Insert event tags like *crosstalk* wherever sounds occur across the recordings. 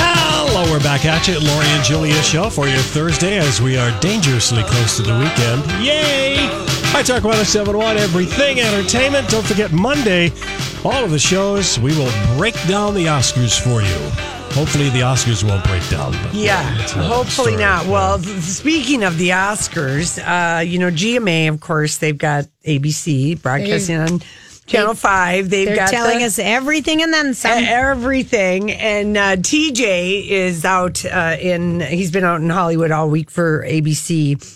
Hello, we're back at you at Lori and Julia Show for your Thursday as we are dangerously close to the weekend. Yay! I talk about 71 everything entertainment. Don't forget Monday, all of the shows, we will break down the Oscars for you. Hopefully, the Oscars won't break down. but, Yeah, uh, it's another hopefully story. not. Well, th- speaking of the Oscars, uh, you know, GMA, of course, they've got ABC broadcasting on Channel 5. They've They're got telling the- e-, Eh, us everything and then some. everything. And uh, TJ is out uh, in, he's been out in Hollywood all week for ABC.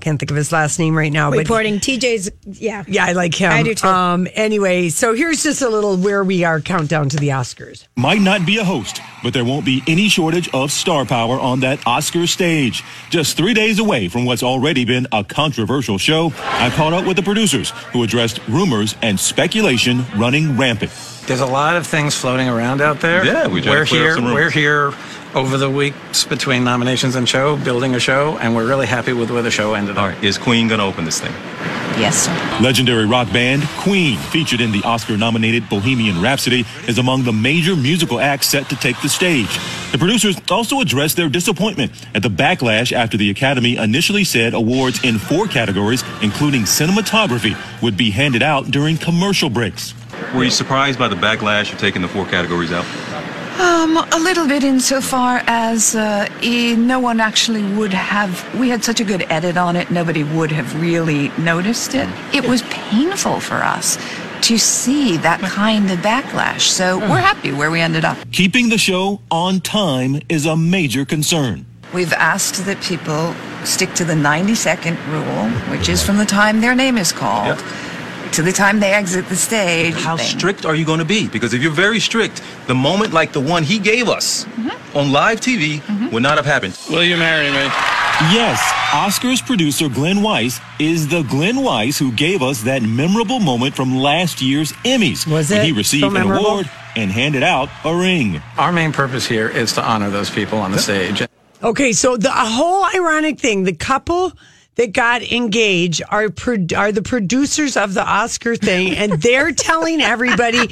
Can't think of his last name right now, but reporting TJ's, yeah. yeah, I like him. I do too. Um, anyway, so here's just a little where we are countdown to the Oscars. Might not be a host, but there won't be any shortage of star power on that Oscar stage. Just three days away from what's already been a controversial show, I caught up with the producers who addressed rumors and speculation running rampant. There's a lot of things floating around out there. Yeah, we tried to are clear here. up some room. we're here over the weeks between nominations and show, building a show, and we're really happy with where the show ended up. Is Queen gonna open this thing? Yes. Legendary rock band Queen, featured in the Oscar nominated Bohemian Rhapsody, is among the major musical acts set to take the stage. The producers also addressed their disappointment at the backlash after the Academy initially said awards in four categories, including cinematography, would be handed out during commercial breaks. Were you surprised by the backlash of taking the four categories out? Um, a little bit insofar as uh, eh, no one actually would have. We had such a good edit on it, nobody would have really noticed it. Mm. It was painful for us to see that Mm. kind of backlash. So we're happy where we ended up. Keeping the show on time is a major concern. We've asked that people stick to the 90 second rule, which is from the time their name is called to the time they exit the stage. How They- strict are you gonna be? Because if you're very strict, the moment like the one he gave us Mm-hmm. on live TV would not have happened. Will you marry me? Yes, Oscars producer Glenn Weiss is the Glenn Weiss who gave us that memorable moment from last year's Emmys. Was when it He received so an memorable? award and handed out a ring. Our main purpose here is to honor those people on the stage. Okay, so the a whole ironic thing, the couple that got engaged are pro- are the producers of the Oscar thing, and *laughs* they're telling everybody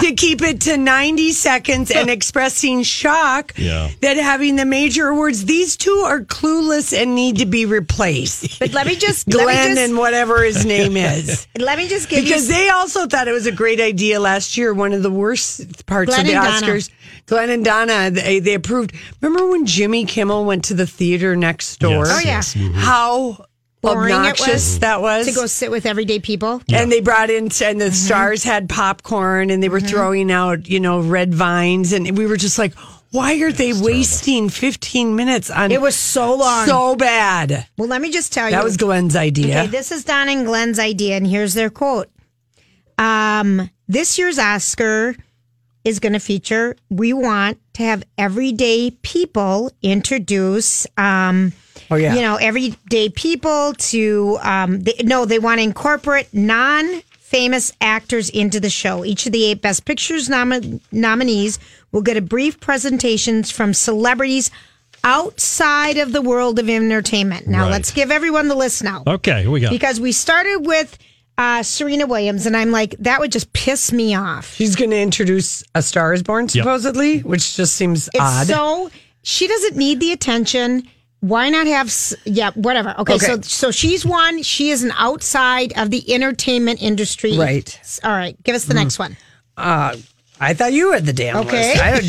to keep it to ninety seconds and expressing shock Yeah. that having the major awards. These two are clueless and need to be replaced. But let me just, let me Glenn just, and whatever *laughs* his name is. let me just give Because you. they also thought it was a great idea last year. One of the worst parts Glenn of the and Donna. Oscars, Glenn and Donna, they, they approved. Remember when Jimmy Kimmel went to the theater next door? Yes, Oh, yeah. yes, mhm. How Boring it obnoxious was that was. to go Mm-hmm. sit with everyday people. And they brought in, and the stars had popcorn, and they were Mm-hmm. throwing out, you know, red vines, and we were just like, why are they wasting 15 minutes on? It was so long. so bad. well, let me just tell you. That was Glenn's idea. Okay, this is Don and Glenn's idea, and here's their quote. Um, this year's Oscar is going to feature. We want to have everyday people introduce. Um, oh yeah, you know, everyday people to, um, they, no, they want to incorporate non famous actors into the show. Each of the eight Best Pictures nomi- nominees will get a brief presentations from celebrities outside of the world of entertainment. Now, Right. let's give everyone the list now Okay, here we go. because we started with uh, Serena Williams, and I'm like, that would just piss me off. She's going to introduce a Star is Born, supposedly, which just seems It's odd. so she doesn't need the attention. Why not have? s- Yeah, whatever. Okay, so Okay. so she's one. She is an outside of the entertainment industry. Right. Hmm. S- All right. Give us the next one. I thought you had the damn Okay. list. I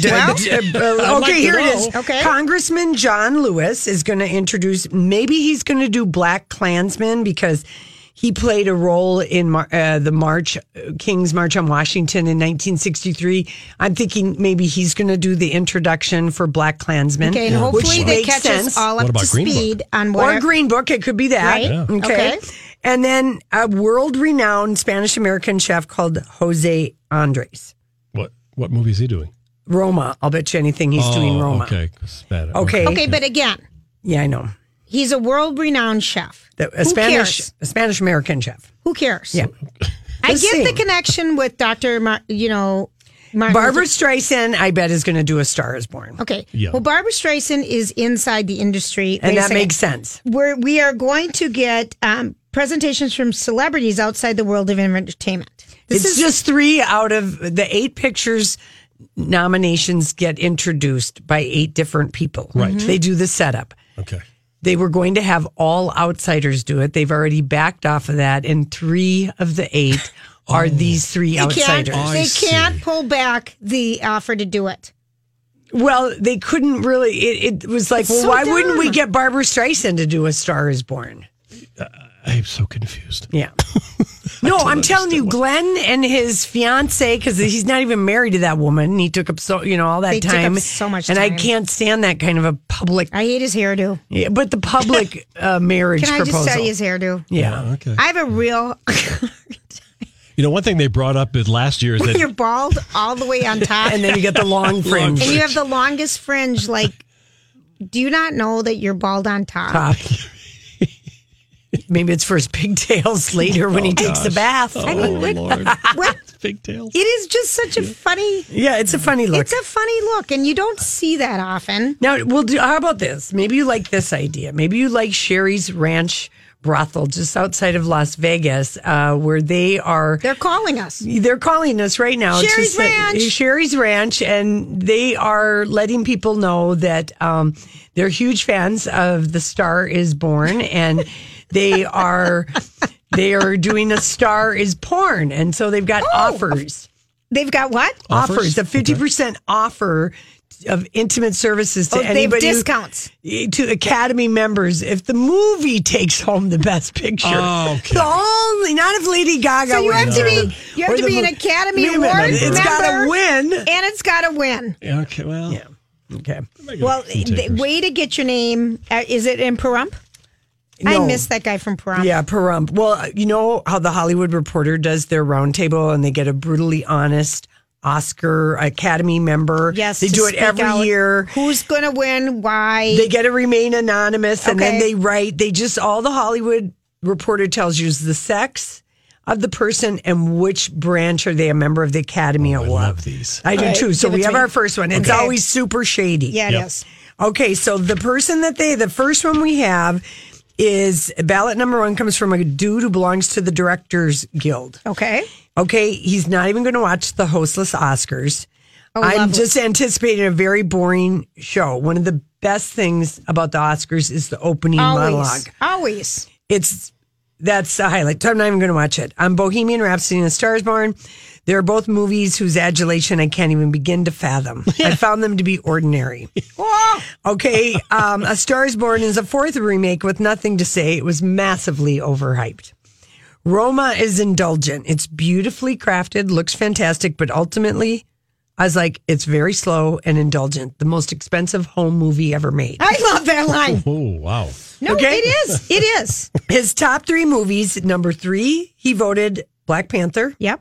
don't- Well- *laughs* Uh, like to okay, here it is. know. Okay. Congressman John Lewis is going to introduce. Maybe he's going to do Black Klansmen because he played a role in Mar- uh, the March uh, King's March on Washington in 1963. I'm thinking maybe he's going to do the introduction for Black Klansmen. Okay, and hopefully which they makes catch sense. us all What up about to Green Book? speed on what Or Green Book, it could be that. Right? Yeah. Okay. Okay. And then a world renowned Spanish American chef called Jose Andres. What what movie is he doing? Roma. I'll bet you anything he's oh, doing Roma. Okay, 'cause Spanish. Okay. Okay, but again, Yeah, I know. he's a world-renowned chef. The, a Who Spanish cares? a Spanish American chef. Who cares? Yeah. I Just get the saying. connection with Doctor. Mar- you know, Martin Barbara Streisand, I bet, is going to do A Star Is Born, Okay. Yeah. Well, Barbara Streisand is inside the industry, Wait and a that second. makes sense. We're we are going to get um, presentations from celebrities outside the world of entertainment. This it's is just three out of the eight pictures nominations get introduced by eight different people. Right. They do the setup. Okay. They were going to have all outsiders do it. They've already backed off of that, and three of the *laughs* eight are these three they can't, outsiders. I they see. can't pull back the offer to do it. Well, they couldn't really. It, it was like, well, so why wouldn't we dumb. get Barbara Streisand to do A Star Is Born? I'm so confused. Yeah. *laughs* no, I'm telling you, Glenn and his fiance, because he's not even married to that woman. He took up so you know all that They took up time, so much and I time. can't stand that kind of a *laughs* public. I hate his hairdo. yeah, but the public uh, marriage Can I proposal. just tell you his hairdo? yeah. Okay. I have a real. *laughs* You know, one thing they brought up at last *laughs* year is that you're bald all the way on top, And then you get the *laughs* long fringe. and you have the longest fringe. Like, do you not know that you're bald on top? top. Maybe it's for his *laughs* pigtails later when he takes a bath. oh lord, What? pigtails. It is just such a funny. Yeah, it's a funny look. It's a funny look, and you don't see that often. Now, we'll do. How about this? Maybe you like this idea. Maybe you like Sherry's Ranch brothel just outside of Las Vegas, uh, where they are. They're calling us. They're calling us right now. It's Sherry's just that- Ranch. Sherry's Ranch, and they are letting people know that um, they're huge fans of The Star Is Born, *laughs* and they are they are doing a Star Is Porn, and so they've got Oh. offers They've got what? Offers? offers a fifty percent offer of intimate services to Oh, they have anybody who- Eh, discounts. to Academy members if the movie takes home the Best Picture. *laughs* Oh, okay. *laughs* The only not if Lady Gaga. So you have wins to or be the- you have or to the be an mo- Academy Wait a minute, Award It's member, got to win. and it's got to win. Okay, well, Okay. Well, the way to get your name uh, is it in Pahrump? I No. miss that guy from Pahrump. Yeah, Perump. Well, you know how the Hollywood Reporter does their roundtable and they get a brutally honest Oscar Academy member. Yes, they to do it speak every out year. Who's going to win? Why? They get to remain anonymous, and then Okay. they write. They just all the Hollywood Reporter tells you is the sex of the person and which branch are they a member of the Academy Oh, I of. love these. I do right, too. So give it we to have me. our first one. It's Okay. always super shady. yeah, Yep. yes. Okay, so the person that they, the first one we have is ballot number one comes from a dude who belongs to the Directors Guild. Okay. Okay, he's not even going to watch the hostless Oscars. I'm Oh, lovely. just anticipating a very boring show. One of the best things about the Oscars is the opening Always. monologue. Always. It's that's the highlight. So I'm not even going to watch it. On Bohemian Rhapsody and A Star Is Born, they're both movies whose adulation I can't even begin to *laughs* fathom. I found them to be ordinary. Oh, Okay, um, A Star Is Born is a fourth remake with nothing to say. It was massively overhyped. Roma is indulgent. It's beautifully crafted, looks fantastic, but ultimately, I was like, it's very slow and indulgent. The most expensive home movie ever made. *laughs* I love that line. Oh wow, No, Okay. it is. It is. *laughs* His top three movies number three, he voted Black Panther. Yep.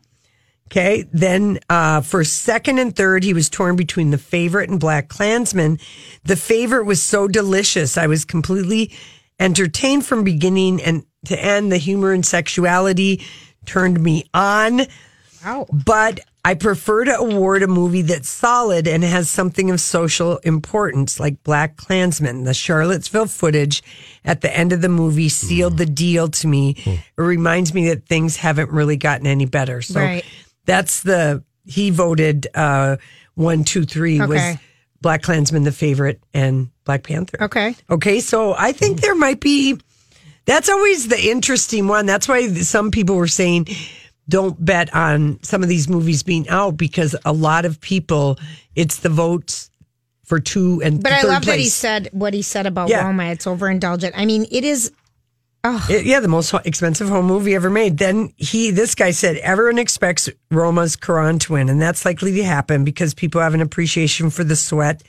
Okay. Then uh, for second and third, he was torn between The Favorite and Black Klansman. The Favorite was so delicious. I was completely entertained from beginning and to end. The humor and sexuality turned me on. Wow. But I prefer to award a movie that's solid and has something of social importance, like Black Klansman. The Charlottesville footage at the end of the movie sealed the deal to me. It reminds me that things haven't really gotten any better. So Right. that's the he voted uh, one, two, three was Okay. Black Klansman, The Favorite, and Black Panther. Okay. Okay, so I think there might be. That's always the interesting one. That's why some people were saying don't bet on some of these movies being out because a lot of people, it's the votes for two and But I third love that he place. said what he said about Yeah. Roma. It's overindulgent. I mean, it is It- yeah, the most ho- expensive home movie ever made. Then he, this guy said, everyone expects Roma's Quran to win, and that's likely to happen because people have an appreciation for the sweat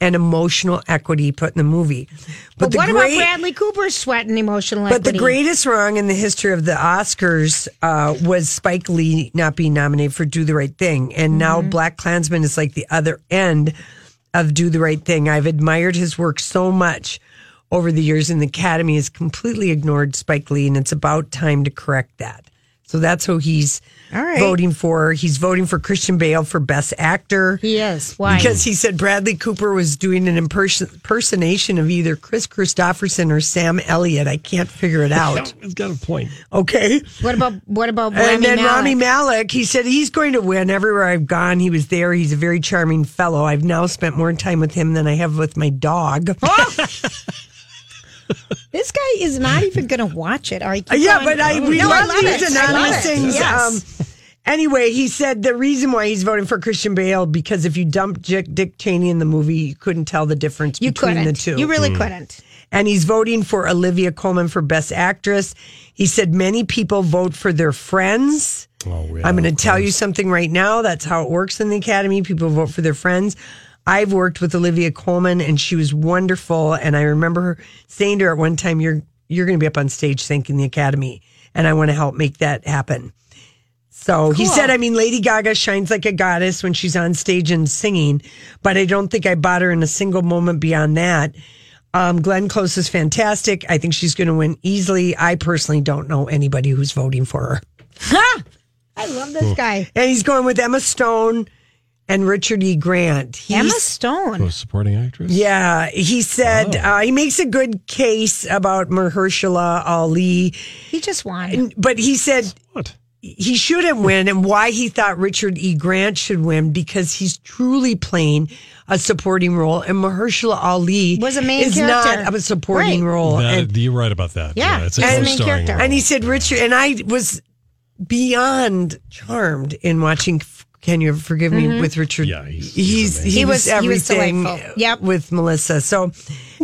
and emotional equity put in the movie. But, what about Bradley Cooper's sweat and emotional But equity? the greatest wrong in the history of the Oscars uh, was Spike Lee not being nominated for Do the Right Thing. And now Mm-hmm. Black Klansman is like the other end of Do the Right Thing. I've admired his work so much over the years, and the Academy has completely ignored Spike Lee, and it's about time to correct that. So that's who he's right. voting for. He's voting for Christian Bale for Best Actor. He is. Why? Because he said Bradley Cooper was doing an imperson- impersonation of either Chris Christopherson or Sam Elliott. I can't figure it out. He's got a point. Okay. what about what about And Rami then Malek? Rami Malik, he said he's going to win everywhere I've gone. He was there. He's a very charming fellow. I've now spent more time with him than I have with my dog. Oh, this guy is not even going to watch it. All right, *laughs* keep yeah, going. but I we No, love, these it. I love anonymous it. things. Yes. Um, anyway, he said the reason why he's voting for Christian Bale because if you dumped Dick, Dick Cheney in the movie, you couldn't tell the difference you between couldn't. the two. You really couldn't. and he's voting for Olivia Colman for Best Actress. He said many people vote for their friends. yeah, I'm going to tell you something right now. That's how it works in the Academy. People vote for their friends. I've worked with Olivia Colman, and she was wonderful. And I remember her saying to her at one time, "You're you're going to be up on stage thanking the Academy, and I want to help make that happen." So he said, I mean, Lady Gaga shines like a goddess when she's on stage and singing, but I don't think I bought her in a single moment beyond that. Um, Glenn Close is fantastic. I think she's going to win easily. I personally don't know anybody who's voting for her. I love this guy. And he's going with Emma Stone and Richard E. Grant. He's- Emma Stone. Most supporting actress. Yeah, he Oh. said uh, he makes a good case about Mahershala Ali, He just won. but he said What? he shouldn't win and why he thought Richard E. Grant should win because he's truly playing a supporting role and Mahershala Ali Was a main is character. not a supporting Right. role. That- and, you're right about that. Yeah, it's a he's the main co-starring character. role. and he said Richard and I was beyond charmed in watching F- Can You Forgive Me with Richard. Yeah, he's- he's he's, he, amazing. Mm-hmm. was, He was- he was everything delightful. Yep. with Melissa. So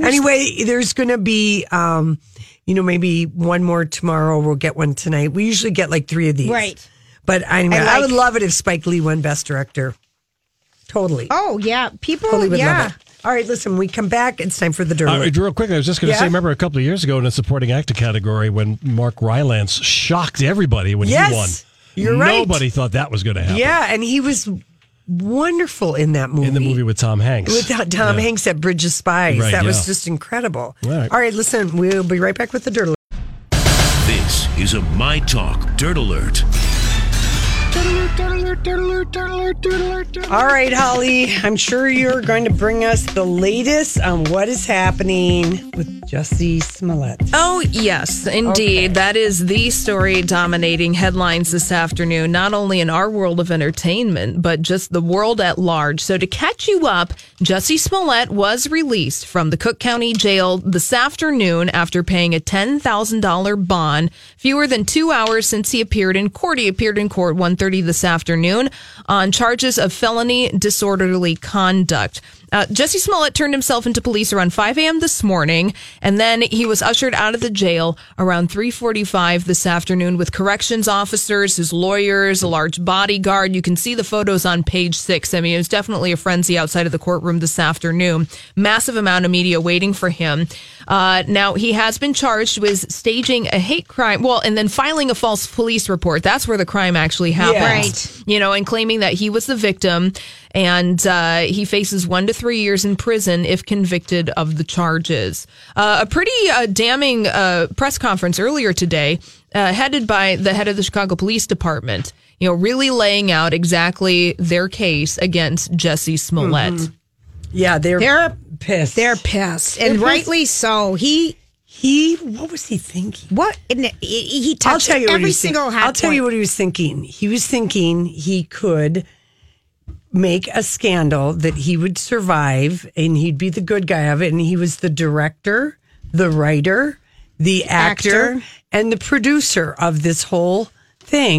anyway, there's going to be um you know maybe one more tomorrow, we'll get one tonight. We usually get like 3 of these. Right. But anyway, I, I like- would love it if Spike Lee won Best Director. Totally. Oh yeah, people. totally would yeah. love it. All right, listen, we come back. It's time for the Uh, dirt. real quick, I was just going to Yeah? say, remember a couple of years ago in a supporting actor category when Mark Rylance shocked everybody when Yes, he won. you're right. Nobody thought that was going to happen. yeah, and he was wonderful in that movie. In the movie with Tom Hanks. with Tom Hanks at Bridge of Spies. Right, that was yeah. just incredible. All right. All right, listen, we'll be right back with the dirt. alert. This is a My Talk Dirt Alert. All right, Holly, I'm sure you're going to bring us the latest on what is happening with Jesse Smollett. Oh, yes, indeed. That is the story dominating headlines this afternoon, not only in our world of entertainment, but just the world at large. So, to catch you up, Jesse Smollett was released from the Cook County Jail this afternoon after paying a $10,000 bond, fewer than two hours since he appeared in court. He appeared in court 1.30 this afternoon on charges of felony disorderly conduct. Uh, Jesse Smollett turned himself into police around 5 a.m. this morning, and then he was ushered out of the jail around 3:45 this afternoon with corrections officers, his lawyers, a large bodyguard. You can see the photos on page six. I mean, it was definitely a frenzy outside of the courtroom this afternoon. Massive amount of media waiting for him. Uh, now he has been charged with staging a hate crime, well, and then filing a false police report. That's where the crime actually happened Yeah. Right. you know, and claiming that he was the victim. And uh, he faces one to three years in prison if convicted of the charges. Uh, a pretty uh, damning uh, press conference earlier today, uh, headed by the head of the Chicago Police Department, you know, really laying out exactly their case against Jesse Smollett. Yeah, they're, They're- pissed. They're pissed, and rightly so. He he, what was he thinking? what? and He, he touched I'll tell you what every he was single thinking. hot I'll tell point. you what he was thinking. He was thinking he could make a scandal that he would survive and he'd be the good guy of it. And he was the director, the writer, the actor, Actor. and the producer of this whole thing.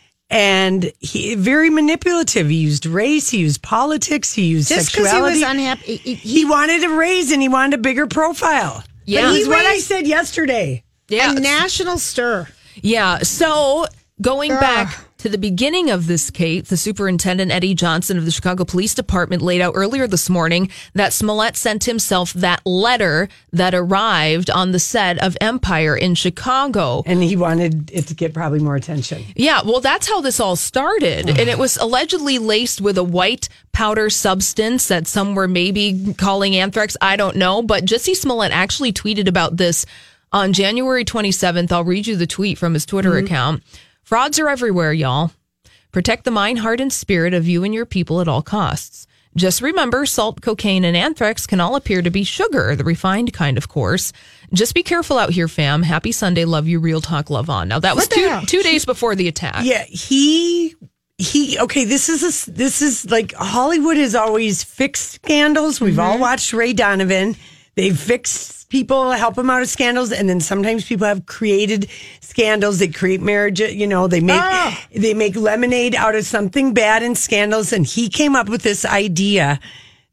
And he very manipulative. He used race, he used politics, he used Just because he sexuality. was unhappy. He, he- he wanted a raise and he wanted a bigger profile. Yeah. That But he was what I raised- said yesterday. Yeah. a national stir. Yeah. So going Ugh. back to the beginning of this, Kate, the superintendent Eddie Johnson of the Chicago Police Department laid out earlier this morning that Smollett sent himself that letter that arrived on the set of Empire in Chicago. And he wanted it to get probably more attention. Yeah, well, that's how this all started. And it was allegedly laced with a white powder substance that some were maybe calling anthrax. I don't know. But Jesse Smollett actually tweeted about this on January 27th. I'll read you the tweet from his Twitter Mm-hmm. account. Frauds are everywhere, y'all. Protect the mind, heart, and spirit of you and your people at all costs. Just remember, salt, cocaine, and anthrax can all appear to be sugar, the refined kind, of course. Just be careful out here, fam. Happy Sunday. Love you. Real talk, love on. Now, that was the two, hell? two days before the attack. Yeah, he he okay, this is a s this is like Hollywood has always fixed scandals. We've all watched Ray Donovan. They fix people, help them out of scandals, and then sometimes people have created scandals that create marriage. You know, they make they make lemonade out of something bad and scandals. And he came up with this idea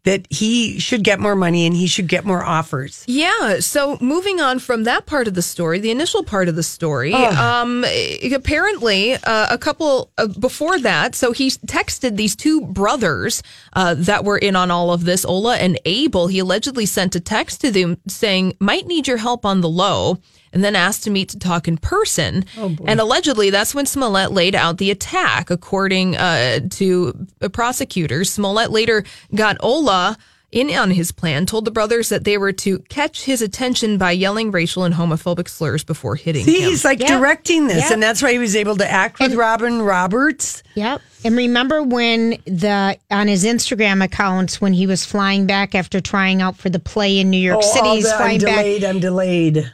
that he should get more money and he should get more offers. Yeah. So moving on from that part of the story, the initial part of the story, um, eh, apparently uh, a couple uh, before that, so he texted these two brothers uh, that were in on all of this, Ola and Abel. He allegedly sent a text to them saying, might need your help on the low. And then asked to meet to talk in person. Oh, and allegedly, that's when Smollett laid out the attack, according uh, to prosecutors. Smollett later got Ola in on his plan, told the brothers that they were to catch his attention by yelling racial and homophobic slurs before hitting See, him. he's like directing this, Yep. and that's why he was able to act with Robin Roberts. Yep. And remember when the on his Instagram accounts when he was flying back after trying out for the play in New York Oh, City, all he's the, I'm flying back. delayed. I'm delayed.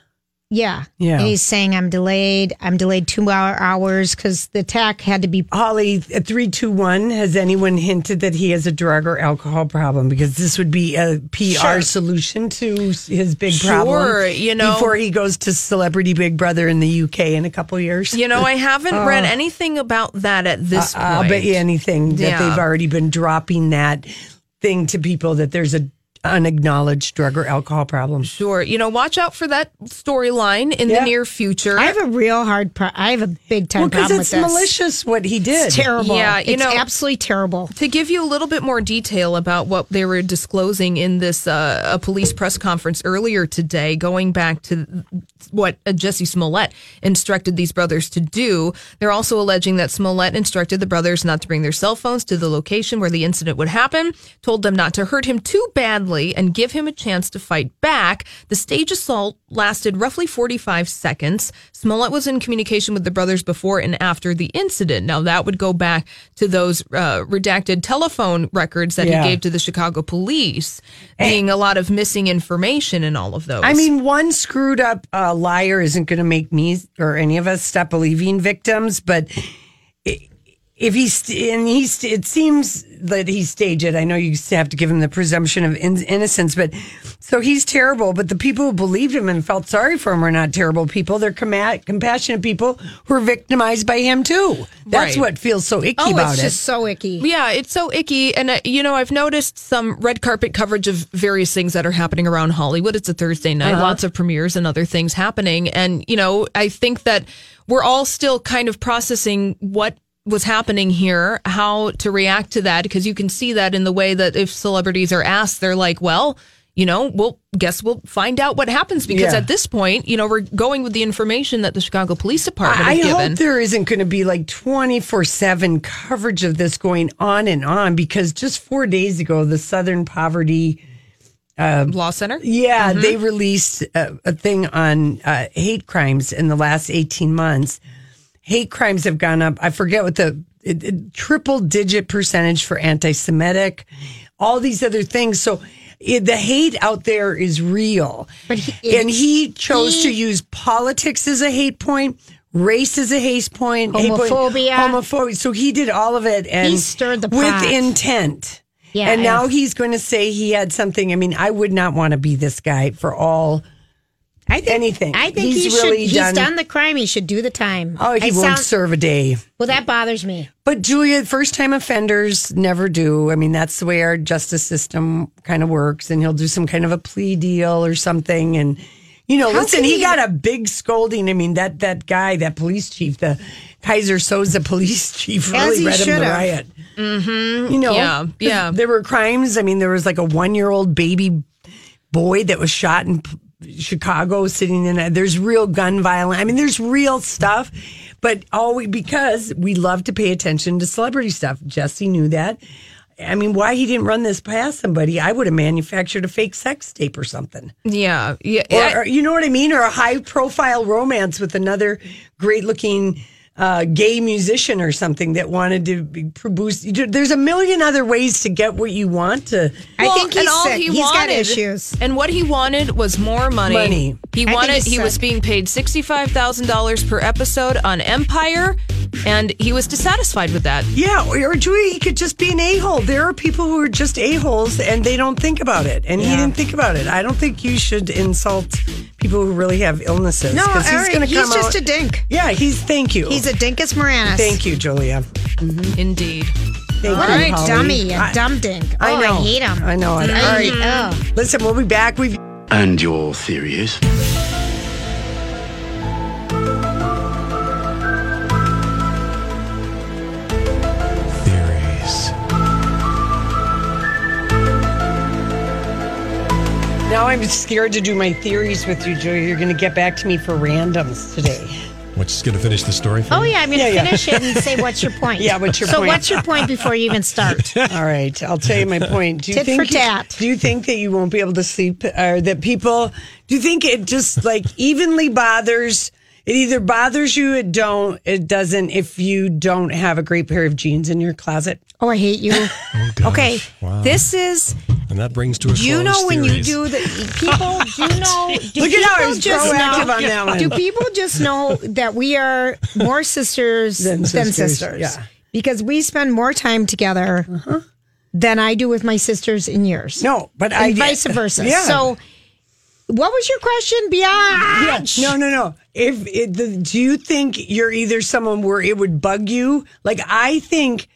Yeah. Yeah. And he's saying I'm delayed. I'm delayed two hour hours because the attack had to be. Holly, at three, two, one. Has anyone hinted that he has a drug or alcohol problem? Because this would be a PR solution to his big Sure, problem. you know. before he goes to Celebrity Big Brother in the UK in a couple years. Uh, you know, I haven't read Uh, anything about that at this point. I'll bet you anything that Yeah. they've already been dropping that thing to people that there's a unacknowledged drug or alcohol problem. Sure. You know, watch out for that storyline in Yeah. the near future. I have a real hard. Pro- I have a big time Well, because problem it's with this. malicious what he did. It's terrible. Yeah, you it's know- absolutely terrible. to give you a little bit more detail about what they were disclosing in this uh, a police press conference earlier today, going back to what uh, Jesse Smollett instructed these brothers to do, they're also alleging that Smollett instructed the brothers not to bring their cell phones to the location where the incident would happen, told them not to hurt him too badly, and give him a chance to fight back. The stage assault lasted roughly 45 seconds. Smollett was in communication with the brothers before and after the incident. Now, that would go back to those uh, redacted telephone records that Yeah. he gave to the Chicago police, being a lot of missing information in all of those. I mean, one screwed up uh, liar isn't going to make me or any of us stop believing victims, but it, if he's st- and he's st- it seems that he staged it. I know you s- have to give him the presumption of in- innocence, but so he's terrible. But the people who believed him and felt sorry for him are not terrible people. They're comma- compassionate people who are victimized by him too. That's Right. what feels so icky Oh, about it's it. just so icky. Yeah, it's so icky. And, uh, you know, I've noticed some red carpet coverage of various things that are happening around Hollywood. It's a Thursday night, Uh-huh. lots of premieres and other things happening. And, you know, I think that we're all still kind of processing what was happening here, how to react to that, because you can see that in the way that if celebrities are asked, they're like, well, you know, we'll guess we'll find out what happens because Yeah. at this point, you know, we're going with the information that the Chicago Police Department I has given. hope there isn't going to be like 24 7 coverage of this going on and on because just four days ago, the Southern Poverty Law Center? Yeah, Mm-hmm. they released a, a thing on uh, hate crimes in the last 18 months. Hate crimes have gone up. I forget what the it, it- triple digit percentage for anti Semitic, all these other things. So it, the hate out there is real. But he- and he chose to he- use politics as a hate point. Race as a hate point, hate point, Homophobia. homophobia. So he did all of it, and stirred the with pot. intent. Yeah, and and- now he's going to say he had something. I mean, I would not want to be this guy for all I think, anything. I think he's he should. really he's done- done, the crime. He should do the time. Oh, he I won't sound- serve a day. Well, that bothers me. But Julia, first time offenders never do. I mean, that's the way our justice system kind of works. And he'll do some kind of a plea deal or something. And you know, How listen, can he he- got a big scolding. I mean, that that guy, that police chief, the Kaiser Soza police chief, As really he read him the should've. riot. Mm-hmm. You know, Yeah, yeah. There were crimes. I mean, there was like a one year old baby boy that was shot in P- Chicago sitting in a, there's real gun violence. I mean, there's real stuff, but always because we love to pay attention to celebrity stuff. Jesse knew that. I mean, why he didn't run this past somebody, I would have manufactured a fake sex tape or something. Yeah. Yeah. Or, I- or- you know what I mean? Or a high profile romance with another great looking uh, gay musician or something that wanted to be produced. There's a million other ways to get what you want to. I think he's and all sick. he He's got wanted- issues. And what he wanted was more money. Money. He I think wanted. he's He was sick. being paid sixty-five thousand dollars per episode on Empire, and he was dissatisfied with that. Yeah, or, or Julia, he could just be an a hole. There are people who are just a holes and they don't think about it. And he didn't think about it. I don't think you should insult people who really have illnesses. No, 'cause Eric, gonna he's just a dink. Yeah, he's. Thank you. He's a dinkus moranis. Thank you, Julia. Indeed. Thank What you, a Holly. dummy, a I- dumb dink. Oh, I I, know. hate him. I know it. All right. Oh. Listen, we'll be back. We've And your theory is? Theories. now I'm scared to do my theories with you, Julia. You're going to get back to me for randoms today. *laughs* Which is going to finish the story for Oh you? yeah, I'm gonna Yeah, yeah. finish it and say what's your *laughs* point. Yeah, what's your so point? what's your point before you even *laughs* start? All right, I'll tell you my point. Do you Tit think for tat. do you think that you won't be able to sleep, or that people? Do you think it just like *laughs* evenly bothers? It either bothers you, it don't, it doesn't. If you don't have a great pair of jeans in your closet, Oh, I hate you. gosh. okay, Wow. this is And that brings to a you close know when you theories. do the people. Do *laughs* you know? Do Look at how I people was just proactive know- on that one. Do people just know that we are more sisters Than than, sisters, sisters? yeah. Uh-huh. Because we spend more time together than I do with my sisters in years. no, but I and vice versa. Yeah. So, what was your question? Beyond No, no, no. If it, the, do you think you're either someone where it would bug you? Like I think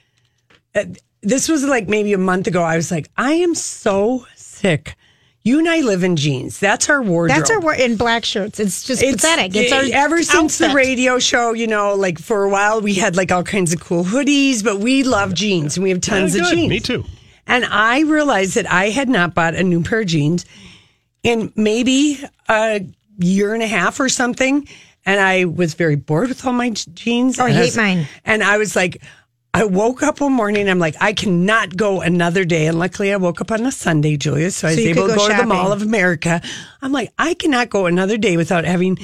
uh, this was like maybe a month ago. I was like, I am so sick. You and I live in jeans. That's our wardrobe. That's our word in black shirts. It's just pathetic. It's our e, ever since the outfit. radio show, you know, like for a while we had like all kinds of cool hoodies, but we love jeans and we have Oh, tons of good. jeans. Me too. And I realized that I had not bought a new pair of jeans in maybe a year and a half or something. And I was very bored with all my j- jeans. Oh, I And hate was- mine. And I was like, I woke up one morning. I'm like, I cannot go another day. And luckily, I woke up on a Sunday, Julia. So I was you able could to go go to the Mall shopping. of America. I'm like, I cannot go another day without having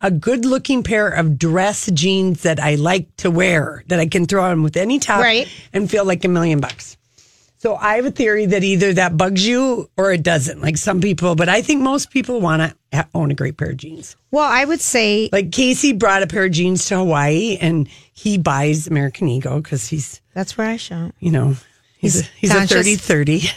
a good looking pair of dress jeans that I like to wear that I can throw on with any top Right. and feel like a million bucks. So I have a theory that either that bugs you or it doesn't, like some people, but I think most people want to own a great pair of jeans. Well, I would say Like Casey brought a pair of jeans to Hawaii and he buys American Eagle because he's, that's where I shop. you know, he's, a- He's he's a conscious. 30 30. *laughs*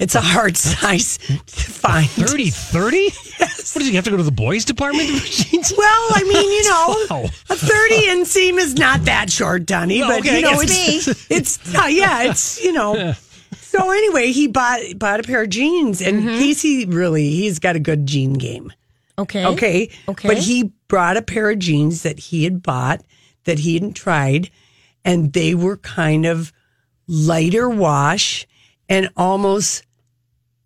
It's a hard size to find. 30 30? *laughs* Yes. What does he have to go to the boys' department? for jeans? *laughs* Well, I mean, you *laughs* know, Wow. a 30 inseam is not that short, Donnie, No, but okay, you know, it's it's, *laughs* it's, uh, yeah, it's, you know. So anyway, he bought bought a pair of jeans and Casey really, he's got a good jean game. Okay. Okay. Eh? Okay. But he brought a pair of jeans that he had bought that he hadn't tried, and they were kind of lighter wash and almost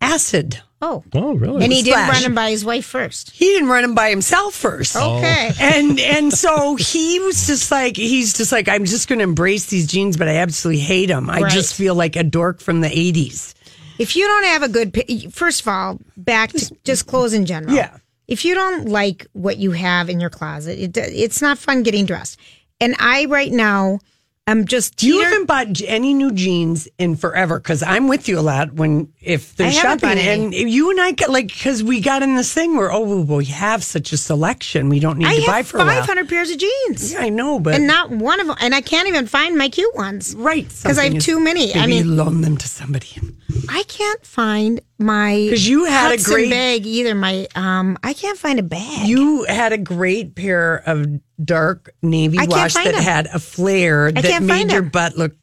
acid. Oh. Oh, really? And he didn't Slash. run him by his wife first. He didn't run them by himself first. Okay. And and so he was just like he's just like I'm just going to embrace these jeans, but I absolutely hate them. I Right. just feel like a dork from the '80s. If you don't have a good, pi- first of all, back to just clothes in general. Yeah. If you don't like what you have in your closet, it, it's not fun getting dressed. And I right now, I'm just You teeter- haven't bought j- any new jeans in forever because I'm with you a lot when if they're I haven't shopping bought any. and you and I got like because we got in this thing where oh well, we have such a selection we don't need I to buy have for a while. 500 pairs of jeans, Yeah, I know, but and not one of them, and I can't even find my cute ones. right I have something is- too many. I maybe you mean- loan them to somebody. I can't find my 'Cause you had a Hudson great- bag either. My um, I can't find a bag. You had a great pair of dark navy I can't wash find that them. had a flare that can't made find your them. butt look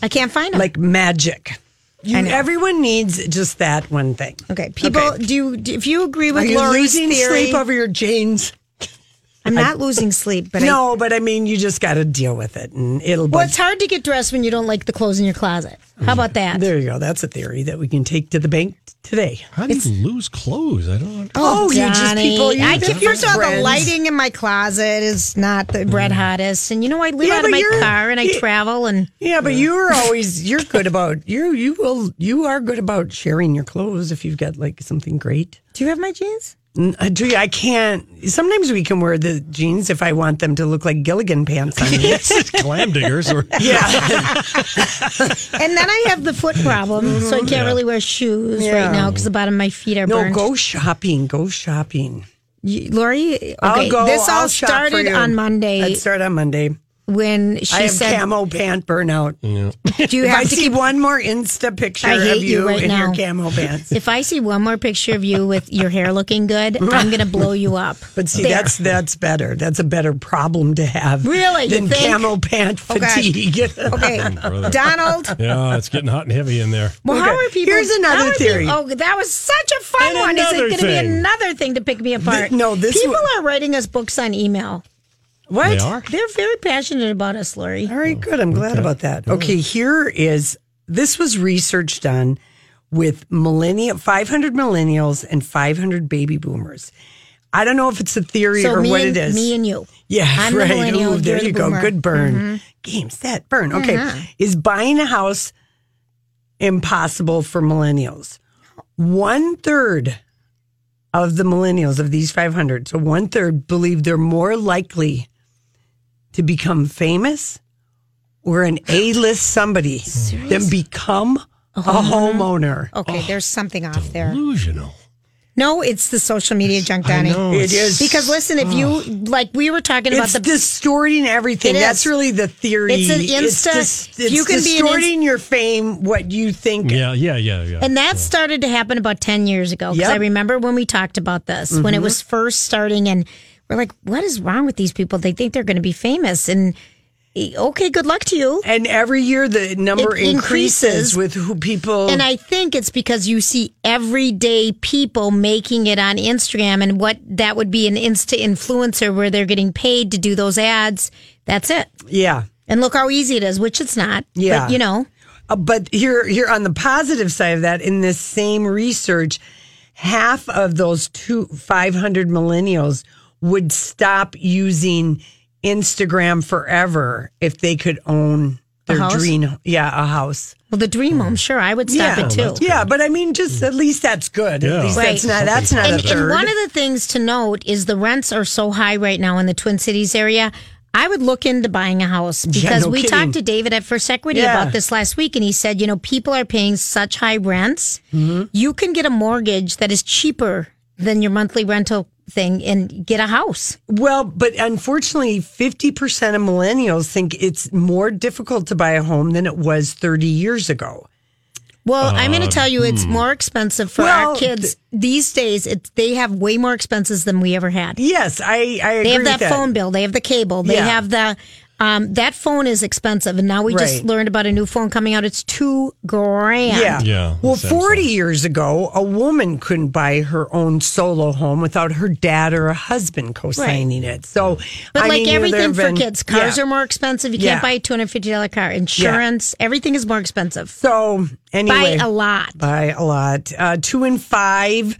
I can't find them. like magic. You, know. everyone needs just that one thing. okay, people, do, you, do if you agree Are with you Lori's losing theory, sleep over your jeans? I'm not losing sleep, but I, no, but I mean, you just got to deal with it, and it'll. well, bug it's hard to get dressed when you don't like the clothes in your closet. How about that? There you go. That's a theory that we can take to the bank t- today. How do you lose clothes? I don't. *laughs* Oh, you just- Donnie, people- you I just get first of all the friends. Mm. lighting in my closet is not the red hottest, and you know I live Yeah, out but of my you're- car and I yeah. travel and Yeah, but you're always you're good about you. You will you are good about sharing your clothes if you've got like something great. do you have my jeans? N- I Uh, do. I can't. Sometimes we can wear the jeans if I want them to look like Gilligan pants *laughs* on me. Clam diggers or *laughs* yeah, And then I have the foot problem, so I can't really wear shoes right Yeah. now because the bottom of my feet are no. burned. Go shopping. Go shopping. You- Lori, I'll okay, go. this all I'll shop for started you. on Monday Let's start on Monday. when she I have said, camo pant burnout. "Do *laughs* you If I have to see keep?" one more Insta picture I hate of you you, right in now. your camo *laughs* pants. If I see one more picture of you with your hair looking *laughs* good, I'm gonna blow you up. But see, There. that's that's better. That's a better problem to have. Really? You Than think? camo pant Oh, gosh. fatigue. okay, Donald. yeah, it's getting hot and heavy in there. *laughs* Well, how Okay. are people? Here's another how are people- theory. oh, that was such a fun And one. Is it another going to be thing. another thing to pick me apart? no, this people one- are writing us books on email. *laughs* what? They are. They're very passionate about us, Lori. All right, good. I'm glad about that. Okay, here is this was research done with millennial 500 millennials and 500 baby boomers. I don't know if it's a theory So or me what it and, is. me and you. Yeah, I'm *laughs* the right. millennial, Ooh, there you're the you go. boomer. Mm-hmm. Uh-huh. Good burn. Game set burn. Okay, is buying a house impossible for millennials? One third of the millennials of these 500, so one third believe they're more likely to become famous or an A-list somebody than become a Uh-huh. homeowner. Okay, there's something off there. Delusional. No, it's the social media junk, Donnie. know. It is Because listen, if you like, we were talking about It's the distorting everything. It That's is. really the theory. It's an insta- it's you can be an distorting your fame, what you think. Yeah, yeah, yeah, yeah. And that started to happen about 10 years ago. Because Yep. I remember when we talked about this, when it was first starting, and we're like, what is wrong with these people? They think they're going to be famous. And eh, okay, good luck to you. And every year the number It increases. increases, with who people. And I think it's because you see everyday people making it on Instagram, and what that would be an Insta influencer where they're getting paid to do those ads. That's it. yeah. And look how easy it is, which it's not. Yeah. But, you know, Uh, but here, here on the positive side of that, in this same research, half of those two 500 millennials would stop using Instagram forever if they could own their house? dream. Yeah, a house. well, the dream home, sure, I would stop yeah, it too. yeah, but I mean, just at least that's good. Yeah. At least that's Right. not that's not and, a and third. one of the things to note is the rents are so high right now in the Twin Cities area. I would look into buying a house because no we kidding. talked to David at First Equity Yeah. about this last week, and he said, you know, people are paying such high rents. Mm-hmm. You can get a mortgage that is cheaper than your monthly rental thing and get a house. Well, but unfortunately, 50% of millennials think it's more difficult to buy a home than it was 30 years ago. Well, I'm going to tell you, it's more expensive for Well, our kids these days. It's they have way more expenses than we ever had. Yes, I, I agree They have with that, phone bill. They have the cable. They Yeah. have the um, that phone is expensive, and now we just Right. learned about a new phone coming out. It's two grand. Yeah. Yeah, Well, Samsung. 40 years ago, a woman couldn't buy her own solo home without her dad or a husband co signing it. So, But I like mean, you know, there everything have for been- kids, cars yeah. are more expensive. You Yeah. can't buy a two hundred fifty dollar car. Insurance, everything is more expensive. So, anyway. Buy a lot. By a lot. Uh, two in five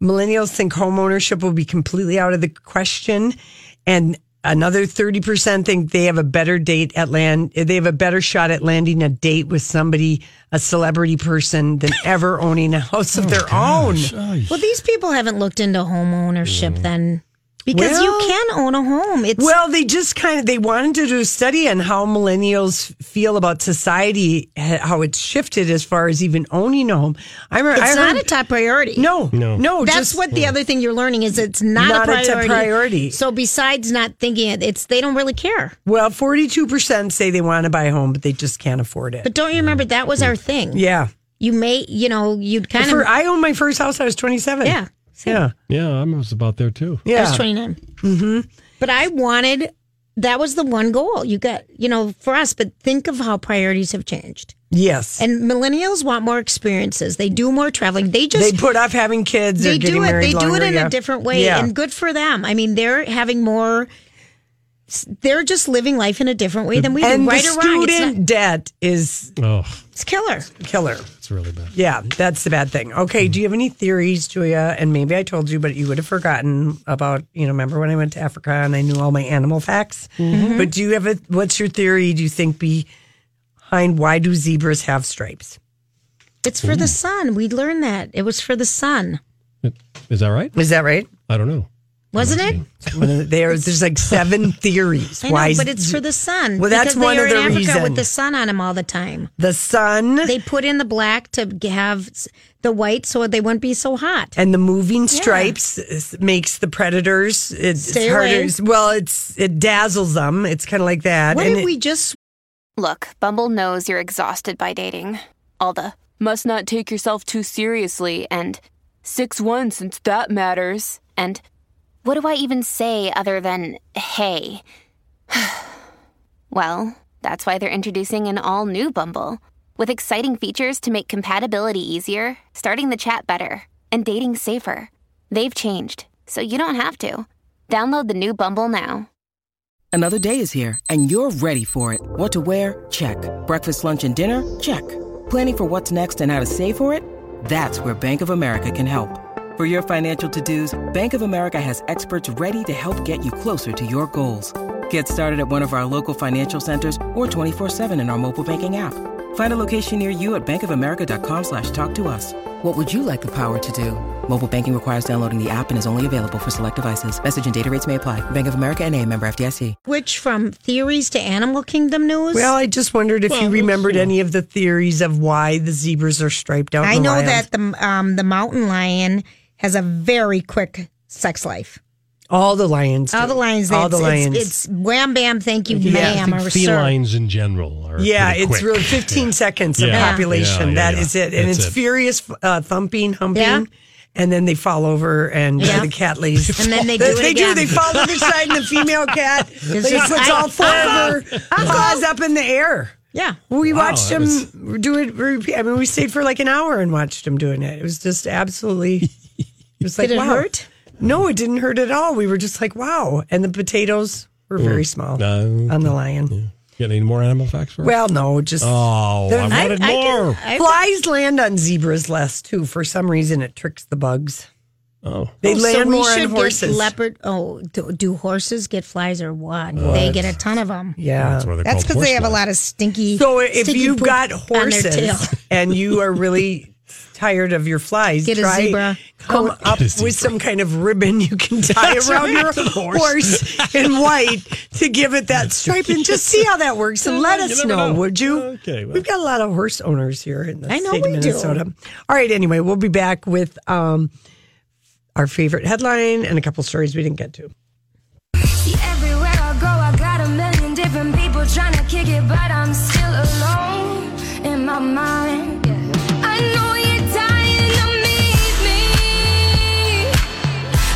millennials think home ownership will be completely out of the question. And another 30% think they have a better date at land. They have a better shot at landing a date with somebody, a celebrity person than *laughs* ever owning a house of their own. Well, these people haven't looked into home ownership then, because Well- you can own a home. It's Well, they just kind of, they wanted to do a study on how millennials feel about society, h- how it's shifted as far as even owning a home. I remember, it's I not heard- a top priority. No, No. no, no. That's just- what the other thing you're learning is it's not, Not a a top priority. priority. So besides not thinking it, it's they don't really care. Well, 42% say they want to buy a home, but they just can't afford it. But don't you remember that was our thing? yeah. You may, you know, you'd kind For, of I owned my first house. I was 27. yeah. same. Yeah. Yeah, I was about there too. Yeah. I was 29. Mm-hmm. But I wanted, that was the one goal you got, you know, for us. But think of how priorities have changed. Yes. And millennials want more experiences. They do more traveling. They just, they put off having kids. they or getting do it. married They do it longer, in yeah. a different way. Yeah. And good for them. I mean, they're having more, they're just living life in a different way than we and do. Right the or wrong. It's, student not- debt is Oh, it's killer. killer. it's really bad. Yeah, that's the bad thing. Okay, do you have any theories, Julia? And maybe I told you, but you would have forgotten about, you know, remember when I went to Africa and I knew all my animal facts? Mm-hmm. But do you have a, what's your theory do you think behind why do zebras have stripes? It's for the Mm. sun. We learned that. It was for the sun, Is that right? Is that right? I don't know. wasn't it? uh, There's there's like seven theories *laughs* I know, why but it's for the sun. Well, that's because one they are of in the Africa with reasons. the sun on them all the time. the sun They put in the black to g- have s- the white so they wouldn't be so hot. and the moving stripes is- makes the predators it's Stay harder. away. Well, it's it dazzles them. It's kind of like that. What And did it- we just? Look, Bumble knows you're exhausted by dating. All the must not take yourself too seriously and 6 1 since that matters. And What do I even say other than hey? *sighs* well, That's why they're introducing an all new Bumble with exciting features to make compatibility easier, starting the chat better, and dating safer. They've changed, so you don't have to. Download the new Bumble now. Another day is here, and you're ready for it. What to wear? Check. Breakfast, lunch, and dinner? Check. Planning for what's next and how to save for it? That's where Bank of America can help. For your financial to dos, Bank of America has experts ready to help get you closer to your goals. Get started at one of our local financial centers or 24-7 in our mobile banking app. Find a location near you at bankofamerica.com slash talk to us. What would you like the power to do? Mobile banking requires downloading the app and is only available for select devices. Message and data rates may apply. Bank of America and a member FDIC. Switch from theories to Animal Kingdom news. well, I just wondered if Well, you let's remembered see. any of the theories of why the zebras are striped out. I in the know wild. that the um, the mountain lion has a very quick sex life. all the lions, All do. the lions, all the it's- lions. It's, it's wham bam, thank you, Yeah, I ma'am, think or sir. felines in general are. yeah, pretty it's quick. really 15 seconds of Yeah. Yeah. population. Yeah, That yeah, is it, yeah. and That's it's it. furious uh, thumping, humping. Yeah. And then they fall over, and uh, Yeah. the cat lays. *laughs* And then they do they, it do. again. They fall to the side, and the female *laughs* cat like, just, "Ah!" puts I- all four of her paws up in the air. Yeah, We Wow, watched that him was- do it. Repeat. I mean, we stayed for like an hour and watched him doing it. It was just absolutely. *laughs* It was like did it wow. hurt? No, it didn't hurt at all. We were just like wow, and the potatoes were very small No. on the lion. Mm. Uh, Got any more animal facts for us? Well, no, just oh, I I- wanted I can- more. I- flies land on zebras less too. For some reason, it tricks the bugs. oh, They So land we more on should get horses. leopard. Oh, do, do horses get flies or what? They get a ton of them. yeah. that's why they're That's called because they have a horseflies. lot of stinky. So if stinky you've *laughs* poop got on their tail. horses and you are really tired of your flies, Get a try zebra come coat. up Get a with some kind of ribbon you can tie That's around right. your horse. in white to give it *laughs* that stripe and just see how that works and let You us never know, know. would you? Okay, well. We've got a lot of horse owners here in the I know state of we do. Minnesota. All right, anyway, we'll be back with um, our favorite headline and a couple stories we didn't get to. See, everywhere I go, I got a million different people trying to kick it, but I'm still alone in my mind. I know you're dying to meet me,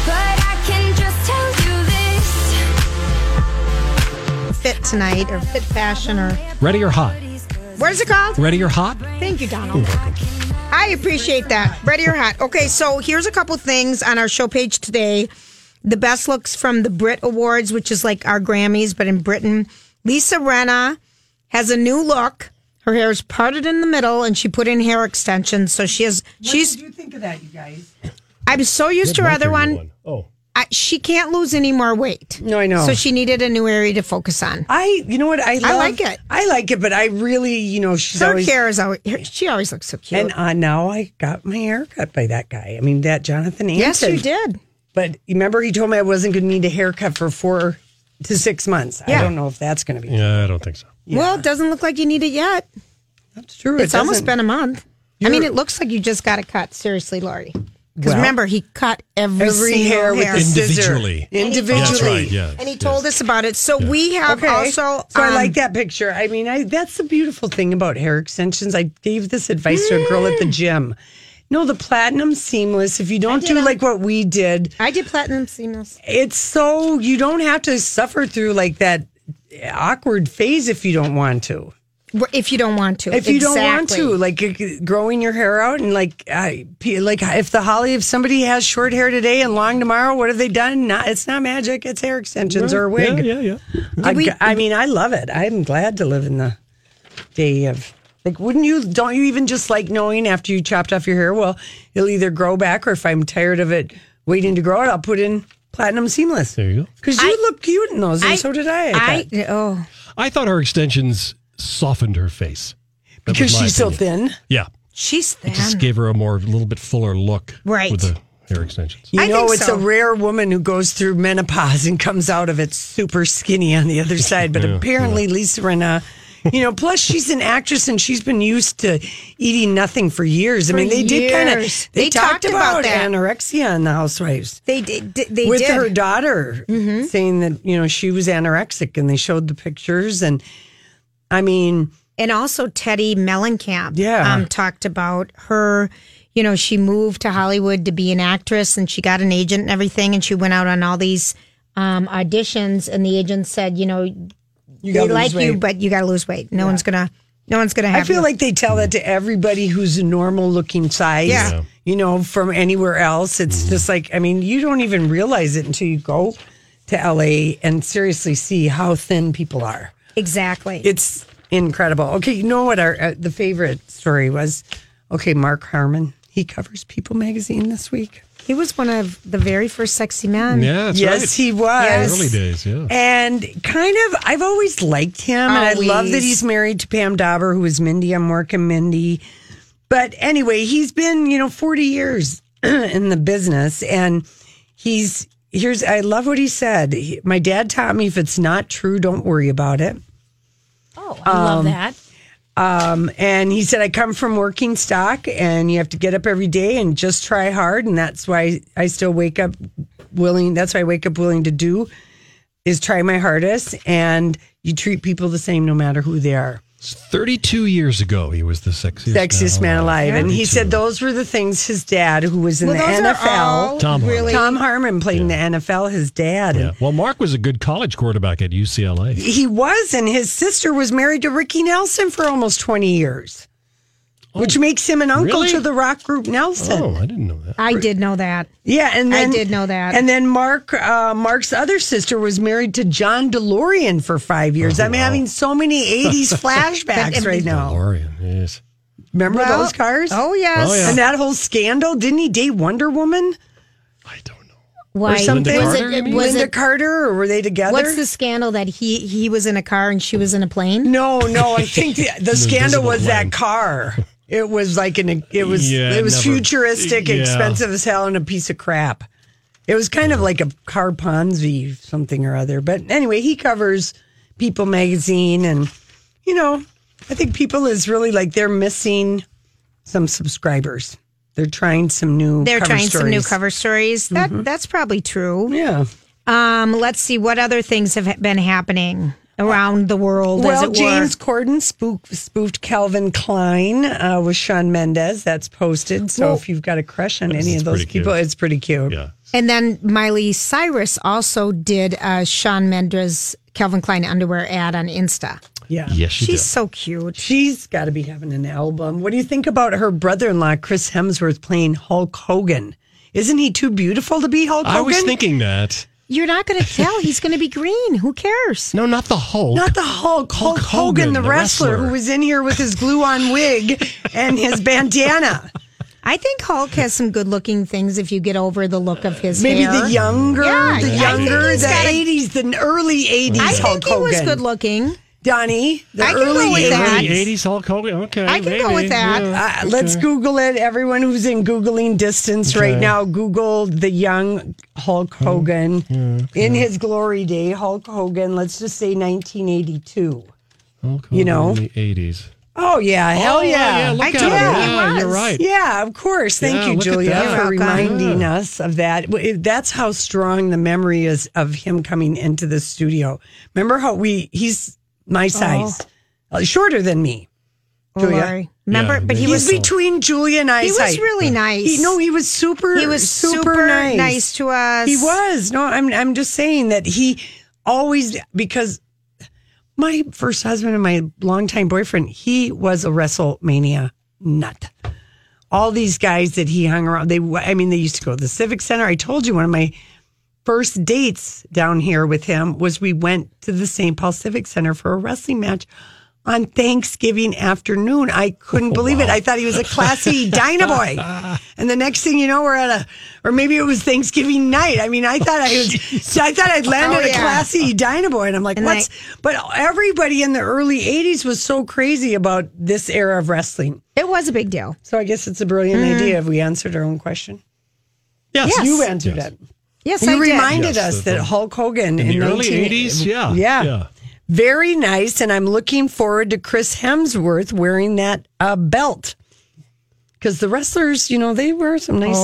but I can just tell you this. *laughs* Fit tonight or fit fashion or Ready or hot? what is it called? Ready or hot? Thank you, Donald. I appreciate that. Ready or hot? Okay, so here's a couple things on our show page today. The best looks from the Brit Awards, which is like our Grammys, but in Britain. Lisa Renna has a new look. Her hair is parted in the middle, and she put in hair extensions. So she has. she's. you think of that, you guys? I'm so used to her other one. Oh. I, she can't lose any more weight. No, I know. So she needed a new area to focus on. I, you know what? I, love, like it. I like it, but I really, you know, she's Her always. hair is always. her- She always looks so cute. And uh, now I got my hair cut by that guy. I mean, that Jonathan Anton. yes, you did. But remember, he told me I wasn't going to need a haircut for four to six months. I Yeah. don't know if that's going to be Yeah, I don't think so. Well, it doesn't look like you need it yet. That's true. It's It almost doesn't- been a month. I You're- mean, it looks like you just got it cut. Seriously, Lori. Because Well, remember, he cut every, every single hair with a scissor. Individually. Individually. That's right, yeah. And he told us about it. So we have Okay. Um, also. so I um, like that picture. I mean, I that's the beautiful thing about hair extensions. I gave this advice to a girl Mm. at the gym. No, the platinum seamless. If you don't did do a- like what we did, I did platinum seamless. it's so you don't have to suffer through like that awkward phase if you don't want to. If you don't want to. if you don't want Exactly. to like g- growing your hair out and like I p like if the holly if somebody has short hair today and long tomorrow what have they done not it's not magic it's hair extensions or a wig Yeah, yeah, yeah. I, g- I mean i love it i'm glad to live in the day of like wouldn't you don't you even just like knowing after you chopped off your hair well it'll either grow back or if i'm tired of it waiting to grow it i'll put in platinum seamless There you go. because you look cute in those and so did i, I I, thought. oh. I thought her extensions softened her face. That was because my she's so opinion. thin Yeah. She's thin. Just gave her a more, a little bit fuller look. Right. With the hair extensions. You I know, think it's so. a rare woman who goes through menopause and comes out of it super skinny on the other side. But *laughs* Yeah, apparently, Lisa Renna, you know, plus she's an actress and she's been used to eating nothing for years. I For mean, they did kind of years. they, They talked, talked about, about that. anorexia on the Housewives They did. did- They with did. Mm-hmm. her daughter, saying that you know she was anorexic, and they showed the pictures. And I mean, and also Teddy Mellencamp Yeah. um, talked about her. You know, she moved to Hollywood to be an actress and she got an agent and everything. And she went out on all these um, auditions, and the agent said, You know, you they gotta lose like you, weight. but you got to lose weight. No one's going to. No one's gonna have. I feel you. like they tell that to everybody who's a normal looking size. Yeah. Yeah. You know, from anywhere else. It's just like, I mean, you don't even realize it until you go to LA and seriously see how thin people are. exactly. It's incredible. Okay, you know what our uh, the favorite story was? Okay, Mark Harmon. He covers People magazine this week. he was one of the very first sexy men. Yeah, that's yes, right. he was. Yes. Early days, yeah. And kind of, I've always liked him, and I love that Always. he's married to Pam Dauber, who is Mindy. I'm working Mindy. But anyway, he's been, you know, 40 years *clears throat* in the business, and he's here's. I love what he said. He- my dad taught me if it's not true, don't worry about it. Um, Oh, I love that. And he said, I come from working stock and you have to get up every day and just try hard. And that's why I still wake up willing. That's why I wake up willing to do is try my hardest. And you treat people the same no matter who they are. 32 years ago, he was the sexiest, Sexiest man alive. And he said 32. those were the things his dad, who was in Well, the those NFL, are all Tom Harmon. really. Tom Harmon played in the NFL, his dad. Yeah. Well, Mark was a good college quarterback at UCLA. He was, and his sister was married to Ricky Nelson for almost 20 years, which makes him an uncle Oh. really? to the rock group Nelson. Oh, I didn't know that. I did know that. Yeah, and I then, did know that. And then Mark, uh, Mark's other sister was married to John DeLorean for five years. I'm having so many '80s flashbacks right now. DeLorean, yes. Remember Well, those cars? Oh yes. Oh, yeah. And that whole scandal. Didn't he date Wonder Woman I don't know. Why or something? was Carter, you it? mean? Was Linda it? Carter, or were they together? What's the scandal that he he was in a car and she was in a *laughs* plane? No, no. I think the, the scandal invisible was plane. that car. It was like an it was Yeah, it was never- futuristic, yeah. expensive as hell, and a piece of crap. It was kind of like a car Ponzi something or other. But anyway, he covers People magazine, and you know, I think People is really like they're missing some subscribers. They're trying some new. They're cover trying some new stories. Mm-hmm. cover stories. That that's probably true. Yeah. Um, let's see what other things have ha- been happening around the world. as Well, it were. James Corden spook, spoofed Calvin Klein uh, with Sean Mendez. That's posted. So if you've got a crush on any of those people, it's pretty cute. Yeah. And then Miley Cyrus also did uh, Sean Mendes Calvin Klein underwear ad on Insta. Yeah. Yes, she She's did. so cute. She's got to be having an album. What do you think about her brother in law, Chris Hemsworth, playing Hulk Hogan? Isn't he too beautiful to be Hulk I Hogan? was thinking that. You're not going to tell. He's going to be green. Who cares? No, not the Hulk. Not the Hulk. Hulk, Hogan, the, wrestler, who was in here with his glue on wig and his bandana. I think Hulk has some good looking things if you get over the look of his Maybe hair. the younger, Yeah, the I think younger, he's the got a- 80s, the early 80s I Hulk think he was Hogan. good looking. Donnie, the I can go early with that. 80s. Eighties Hulk Hogan. Okay, I can go maybe, with that. yeah, Uh, Let's okay. Google it. Everyone who's in Googling distance right Okay. now, Google the young Hulk Hogan in his glory day. Hulk Hogan, let's just say 1982. Hulk you Hogan know. in the eighties. Oh, yeah. Hell Oh, yeah, yeah. yeah, look I at told him. you he Yeah, was. you're right. Yeah, of course. Thank Yeah, you, look at Julia, that. for You're welcome. reminding Yeah. us of that. Well, it- That's how strong the memory is of him coming into the studio. Remember how we, he's Oh. my size, Uh, shorter than me. Julia. Lori. Remember, Yeah, but he He was was between Julia and I. he was really nice. He, no, he was super. He was super nice to us. He was. No, I'm. I'm just saying that he always because my first husband and my longtime boyfriend, he was a WrestleMania nut. All these guys that he hung around, they. I mean, they used to go to the Civic Center. I told you one of my first dates down here with him was we went to the St. Paul Civic Center for a wrestling match on Thanksgiving afternoon. I couldn't believe it. I thought he was a classy dynaboy. And the next thing you know, we're at a, or maybe it was Thanksgiving night. I mean, I thought I was, I thought I'd landed Oh, yeah. a classy dynaboy. And I'm like, And what's, but everybody in the early 80s was so crazy about this era of wrestling. It was a big deal. So I guess it's a brilliant Mm. idea if we answered our own question. Yes. You answered it. Yes, You I did. reminded Yes, us the- that Hulk Hogan in in, the early 19 80s? Yeah, yeah, yeah. very nice. And I'm looking forward to Chris Hemsworth wearing that uh, belt because the wrestlers, you know, they wear some nice,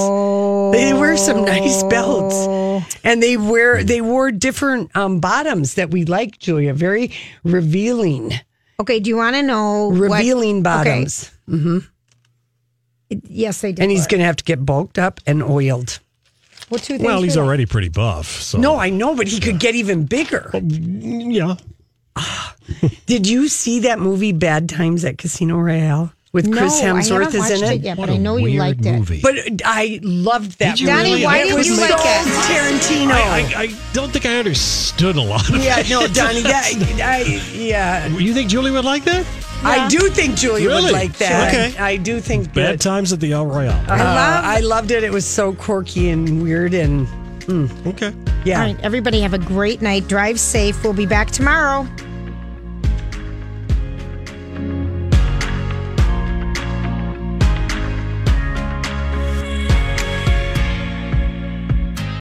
they wear some Oh. nice belts, and they wear they wore different um, bottoms that we like, Julia. Very revealing, Okay, do you want to know what- revealing bottoms. hmm Okay. Yes, I did. And he's Lori. going to have to get bulked up and oiled. What two things? Well, he's were- already pretty buff. So No, I know, but he could get even bigger. yeah. Did you see that movie Bad Times at Casino Royale with No, Chris Hemsworth I is haven't in watched it? yet, but I know you liked it. But I loved that. you Donnie, movie. really? why did was you so like it? Tarantino. I, I, I don't think I understood a lot. Of yeah, it. no, *laughs* Donnie. That I, yeah, You think Julie would like that? I do think Julia Really? would like that. Okay. I do think Bad that. times at the El Royale. I, love- I loved it. It was so quirky and weird and mm, okay. All yeah. right, everybody have a great night. Drive safe. We'll be back tomorrow.